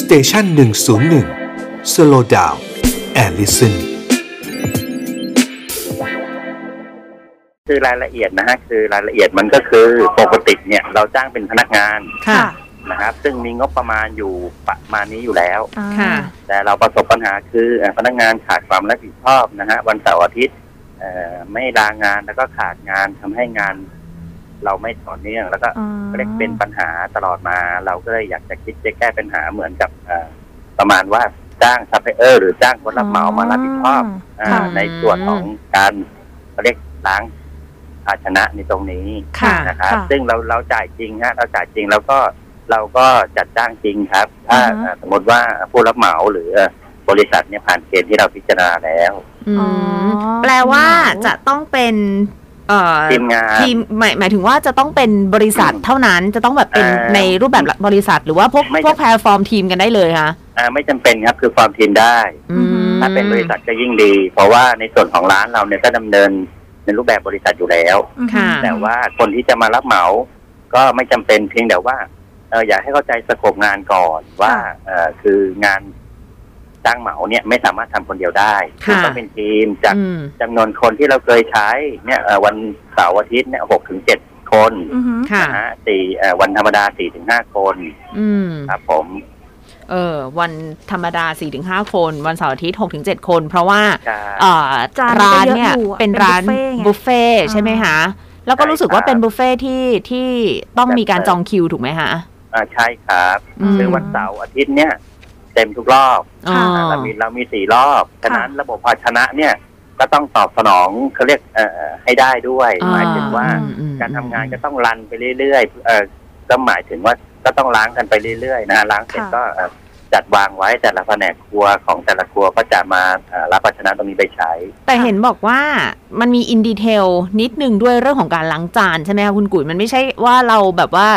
สเตชันหนึ่งศูนย์หนึ่งสโลดาวแอลลิสัน คือรายละเอียดนะฮะคือรายละเอียดมันก็คือปกติเนี่ยเราจ้างเป็นพนักงาน ค่ะ นะครับ ซึ่งมีงบประมาณอยู่ประมาณนี้อยู่แล้ว ค่ะ แต่เราประสบปัญหาคือเอ่อพนักงานขาดความรับผิดชอบนะฮะวันเสาร์อาทิตย์เอ่อไม่ลางานแล้วก็ขาดงานทำให้งาน เราไม่ต่อเนื่องแล้วก็ อ๋อ เรียกเป็นปัญหาตลอดมา เราก็เลยอยากจะคิดจะแก้ปัญหาเหมือนกับเอ่อประมาณว่าจ้างซัพพลายเออร์หรือจ้างคนรับเหมามารับผิดชอบ อ่า ค่ะ ในส่วนของการเรียกล้างภาชนะในตรงนี้ ค่ะ นะครับ ค่ะ ซึ่งเราเราจ่ายจริงฮะเราจ่ายจริงแล้วก็เราก็จัดจ้างจริงครับ ถ้า อือฮะ เอ่อสมมติว่าผู้รับเหมาหรือบริษัทเนี่ยผ่านเกณฑ์ที่เราพิจารณาแล้ว อืม อ๋อ แปลว่าจะต้องเป็นเอ่อ ทีมงาน ทีมหมายหมายถึงว่าจะต้องเป็นบริษัทเท่านั้นจะต้องแบบเป็น เอ่อ ในรูปแบบบริษัท หรือว่าพวก ไม่ พวกแพลตฟอร์มทีมกันได้เลยค่ะ อ่าไม่จำเป็นครับคือความทีมได้ อืม ถ้าเป็นบริษัทก็ยิ่งดี เพราะว่าในส่วนของร้านเราเนี่ยก็ดำเนินในรูปแบบบริษัทอยู่แล้ว ค่ะ แต่ว่าคนที่จะมารับเหมาก็ไม่จำเป็นเพียงแต่ว่าเอออยากให้เข้าใจสโคปงานก่อนว่าเออคืองานจ้างเหมาเนี่ยไม่สามารถทำคนเดียวได้ ค่ะ ต้องเป็นทีมจาก อืม จำนวนคนที่เราเคยใช้เนี่ยเอ่อวันเสาร์อาทิตย์เนี่ยหกถึงเจ็ดคน อือหือ ค่ะ นะฮะสี่เอ่อวันธรรมดาสี่ถึงห้าคน อืม ครับผม เออวันธรรมดา 4-5 คน วันเสาร์อาทิตย์6-7 คน เพราะว่า ใช่ เอ่อ จาน ร้าน ก็เยอะ เนี่ย อยู่อะ เป็นร้าน เป็นบุ บุ ฟ ฟ เฟ่ เฟ่ ไง ใช่ไหมคะแล้วก็รู้สึกว่าเป็นบุฟเฟ่ที่ที่ต้องมีการจองคิวถูกไหมคะ อ่าใช่ครับ อืม คือวันเสาร์อาทิตย์เนี่ย เต็มทุกรอบ อ๋อ อ่าเรามีเรามีสี่รอบ ค่ะ ฉะนั้นระบบภาชนะเนี่ย ก็ต้องตอบสนองเขาเรียกเอ่อให้ได้ด้วย อ่า หมายถึงว่า อืมอืม การทำงานก็ต้องรันไปเรื่อยๆเอ่อก็หมายถึงว่าก็ต้องล้างกันไปเรื่อยๆนะล้างเสร็จก็เอ่อจัดวางไว้แต่ละแผนกครัวของแต่ละครัวก็จะมาเอ่อรับภาชนะตรงนี้ไปใช้ แต่เห็นบอกว่ามันมีอินดีเทลนิดนึงด้วยเรื่องของการล้างจานใช่ไหมคะคุณกุ๋ยมันไม่ใช่ว่าเราแบบว่า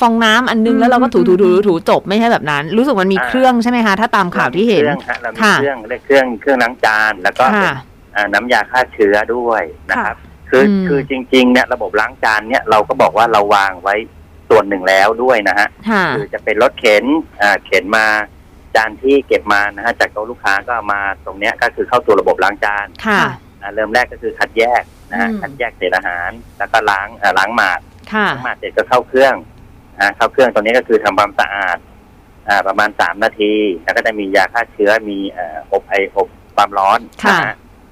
ฟองน้ำอันนึงแล้วเราก็ถูถูถูถูจบไม่ใช่แบบนั้น รู้สึกมันมี อ่า เครื่องใช่ไหมคะถ้าตามข่าวที่เห็น ครื่องฮะเรามี ค่ะ เครื่องเรียกเครื่องเครื่องล้างจานแล้วก็ ค่ะ เอ่อน้ำยาฆ่าเชื้อด้วยนะครับ คืออ ม คือจริงๆเนี่ยระบบล้างจานเนี่ยเราก็บอกว่าเราวางไว้ส่วนหนึ่งแล้วด้วยนะฮะ ค่ะ คือจะเป็นรถเข็นอ่าเข็นมาจานที่เก็บมานะฮะจากโต๊ะลูกค้าก็เอามาตรงเนี้ยก็คือเข้าตัวระบบล้างจาน ค่ะ อ่าเริ่มแรกก็คือคัดแยกนะฮะ อืม คัดแยกเศษอาหาร แล้วก็ล้างอ่าล้างหมาด ค่ะ ล้างหมาดเสร็จก็เข้าเครื่องอ่าเข้าเครื่องตรงนี้ก็คือทำความสะอาดอ่าประมาณสามนาที แล้วก็จะมียาฆ่าเชื้อมีเอ่ออบไออบความร้อน ค่ะ นฮ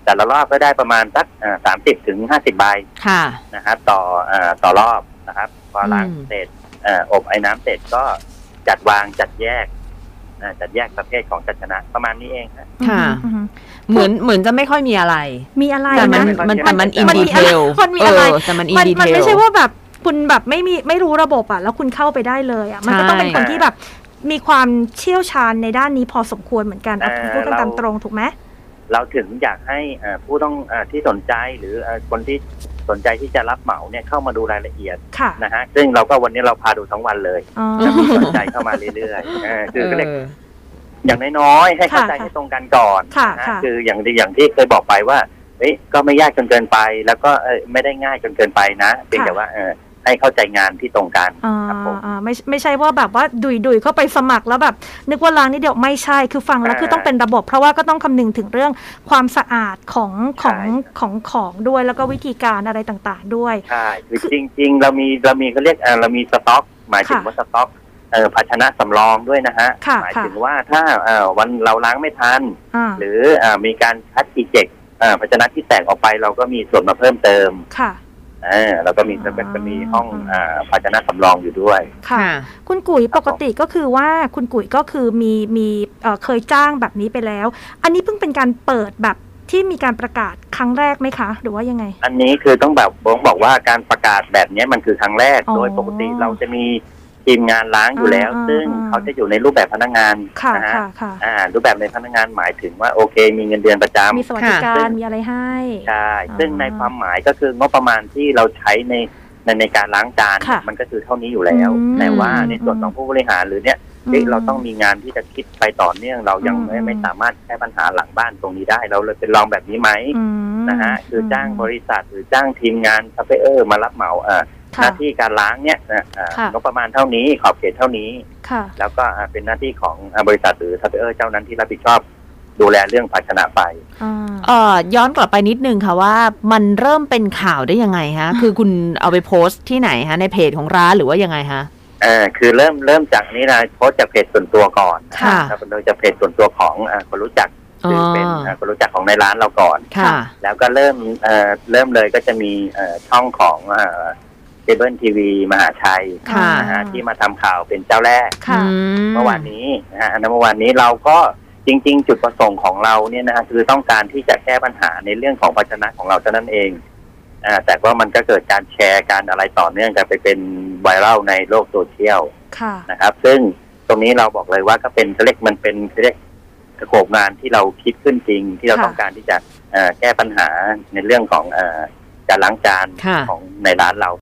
แต่ละรอบก็ได้ประมาณสักสามสิบถึงห้าสิบใบ ค่ะ นะครับต่อเอ่อต่อรอบนะครับพอล้าง อืม เสร็จเอ่ออบไอ้น้ำเสร็จก็จัดวางจัดแยกเอ่อจัดแยกประเภทของจัดชนะประมาณนี้เองนะ ค่ะ อือหือ เหมือนเหมือนจะไม่ค่อยมีอะไร มีอะไร แต่มัน นะ มันแต่มันอิน มัน ดี มี เทล มันมีอะไร แต่มันอิน มัน ดี มัน เทล ไม่ใช่ว่าแบบคุณแบบไม่มีไม่รู้ระบบอ่ะแล้วคุณเข้าไปได้เลยอ่ะมันก็ต้องเป็นคนที่แบบมีความเชี่ยวชาญในด้านนี้พอสมควรเหมือนกันเอาพูดกันตามตรงถูกไหม เราถึงอยากให้เอ่อผู้ต้องเอ่อที่สนใจหรือเอ่อคนที่สนใจที่จะรับเหมาเนี่ยเข้ามาดูรายละเอียด ค่ะ นะฮะซึ่งเราก็วันนี้เราพาดูทั้งวันเลย อ๋อ อืม สนใจเข้ามาเรื่อยๆเออคือก็เรียก เออ อย่างน้อยๆให้เข้าใจ ค่ะ ให้ตรงกันก่อน ค่ะ นฮ ค่ะ คืออย่างอย่างที่เคยบอกไปว่าเอ้ยก็ไม่ยากจนเกินไป แล้วก็เอ่อไม่ได้ง่ายจนเกินไปนะเพียงแต่ว่าเออให้เข้าใจงานที่ตรงกัน อ่า ครับผม อ่าไม่ไม่ใช่ว่าแบบว่าดุยดุยเข้าไปสมัครแล้วแบบ นึกว่าล้างนี่เดียวไม่ใช่คือฟังแล้ว อ่า คือต้องเป็นระบบ เพราะว่าก็ต้องคำนึงถึงเรื่องความสะอาดของของ ใช่ ของของด้วยแล้วก็วิธีการอะไรต่างๆด้วย ใช่คือจริง ๆ เรามีเรามีเขาเรียกเอ่อเรามีสต็อก หมายถึง ค่ะ ว่าสต็อกเอ่อภาชนะสำรองด้วยนะฮะ ค่ะ หมาย ค่ะ ถึงว่าถ้าเอ่อวันเราล้างไม่ทัน อ่า หรือเอ่อมีการคัดอีเจกเอ่อภาชนะที่แตกออกไปเราก็มีส่วนมาเพิ่มเติม ค่ะ เออเราก็มี อ่า จะเป็นจะมีห้องเอ่อภาชนะสำรองอยู่ด้วย ค่ะ คุณกุ๋ย ครับปผม กติก็คือว่าคุณกุ๋ยก็คือมีมีเอ่อเคยจ้างแบบนี้ไปแล้ว อันนี้เพิ่งเป็นการเปิดแบบที่มีการประกาศครั้งแรกไหมคะ หรือว่ายังไง อันนี้คือต้องแบบผมบอกว่าการประกาศแบบนี้มันคือครั้งแรก อ๋อ โดยปกติเราจะมีทีมงานล้างอยู่แล้ว อ่า ซึ่ง อ่า เขาจะอยู่ในรูปแบบพนักงาน ค่ะ นะฮะ ค่ะค่ะ อ่า รูปแบบในพนักงานหมายถึงว่าโอเค มีเงินเดือนประจ มีสวัสดิการมีอะไรให้ ำใช่ อ่า ซึ่งในความหมายก็คืองบประมาณที่เราใช้ในในในการล้างจาน ค่ะ มันก็คือเท่านี้อยู่แล้ว อืม แต่ว่าในส่วน อืม ของผู้บริหารหรือเนี่ยเฮ้ยเราต้องมีงานที่จะคิดไปต่อเนื่องเรายังไม่ อืม ไม่สามารถแก้ปัญหาหลังบ้านตรงนี้ได้ เราเลยเป็นลองแบบนี้ไหม อืม นะฮะคือจ้างบริษัทหรือจ้างทีมงานซัพพลายเออร์มารับเหมาเอ่อ หน้าที่การล้างเนี่ยนะอ่า ค่ะ งบประมาณเท่านี้ขอบเขตเท่านี้ ค่ะ แล้วก็อ่าเป็นหน้าที่ของอ่าบริษัทหรือทัพเออร์เจ้านั้นที่รับผิดชอบ ดูแลเรื่องภาชนะไฟ อ่า เอ่อย้อนกลับไปนิดนึงค่ะว่ามันเริ่มเป็นข่าวได้ยังไงฮะ คือคุณเอาไปโพสต์ที่ไหนฮะ ในเพจของร้านหรือว่ายังไงฮะ เออคือเริ่มเริ่มจากนี่นะโพสต์จากเพจส่วนตัวก่อน ค่ะ นะครับโดยจากเพจส่วนตัวของอ่าคนรู้จักหรือเป็นอ่าคนรู้จักของในร้านเราก่อน ค่ะ แล้วก็เริ่มเอ่อเริ่มเลยก็จะมีเอ่อช่องของเคเบิลทีวีมหาชัย ค่ะ นะฮะที่มาทำข่าวเป็นเจ้าแรก ค่ะ ม เมื่อวานนี้นะฮะอันนั้นเมื่อวานนี้เราก็จริง ๆ จุดประสงค์ของเราเนี่ยนะฮะคือต้องการที่จะแก้ปัญหาในเรื่องของภาชนะของเราเท่านั้นเองอ่าแต่ว่ามันก็เกิดการแชร์การอะไรต่อเนื่องกันไปเป็นไวรัลในโลกโซเชียล ค่ะ นะครับซึ่งตรงนี้เราบอกเลยว่าก็เป็นเขาเรียกมันเป็นเขาเรียกสโคปงานที่เราคิดขึ้นจริง ที่เรา ค่ะ ต้องการที่จะเอ่อแก้ปัญหาในเรื่องของเอ่อการล้างจาน ค่ะ ของในร้านเรา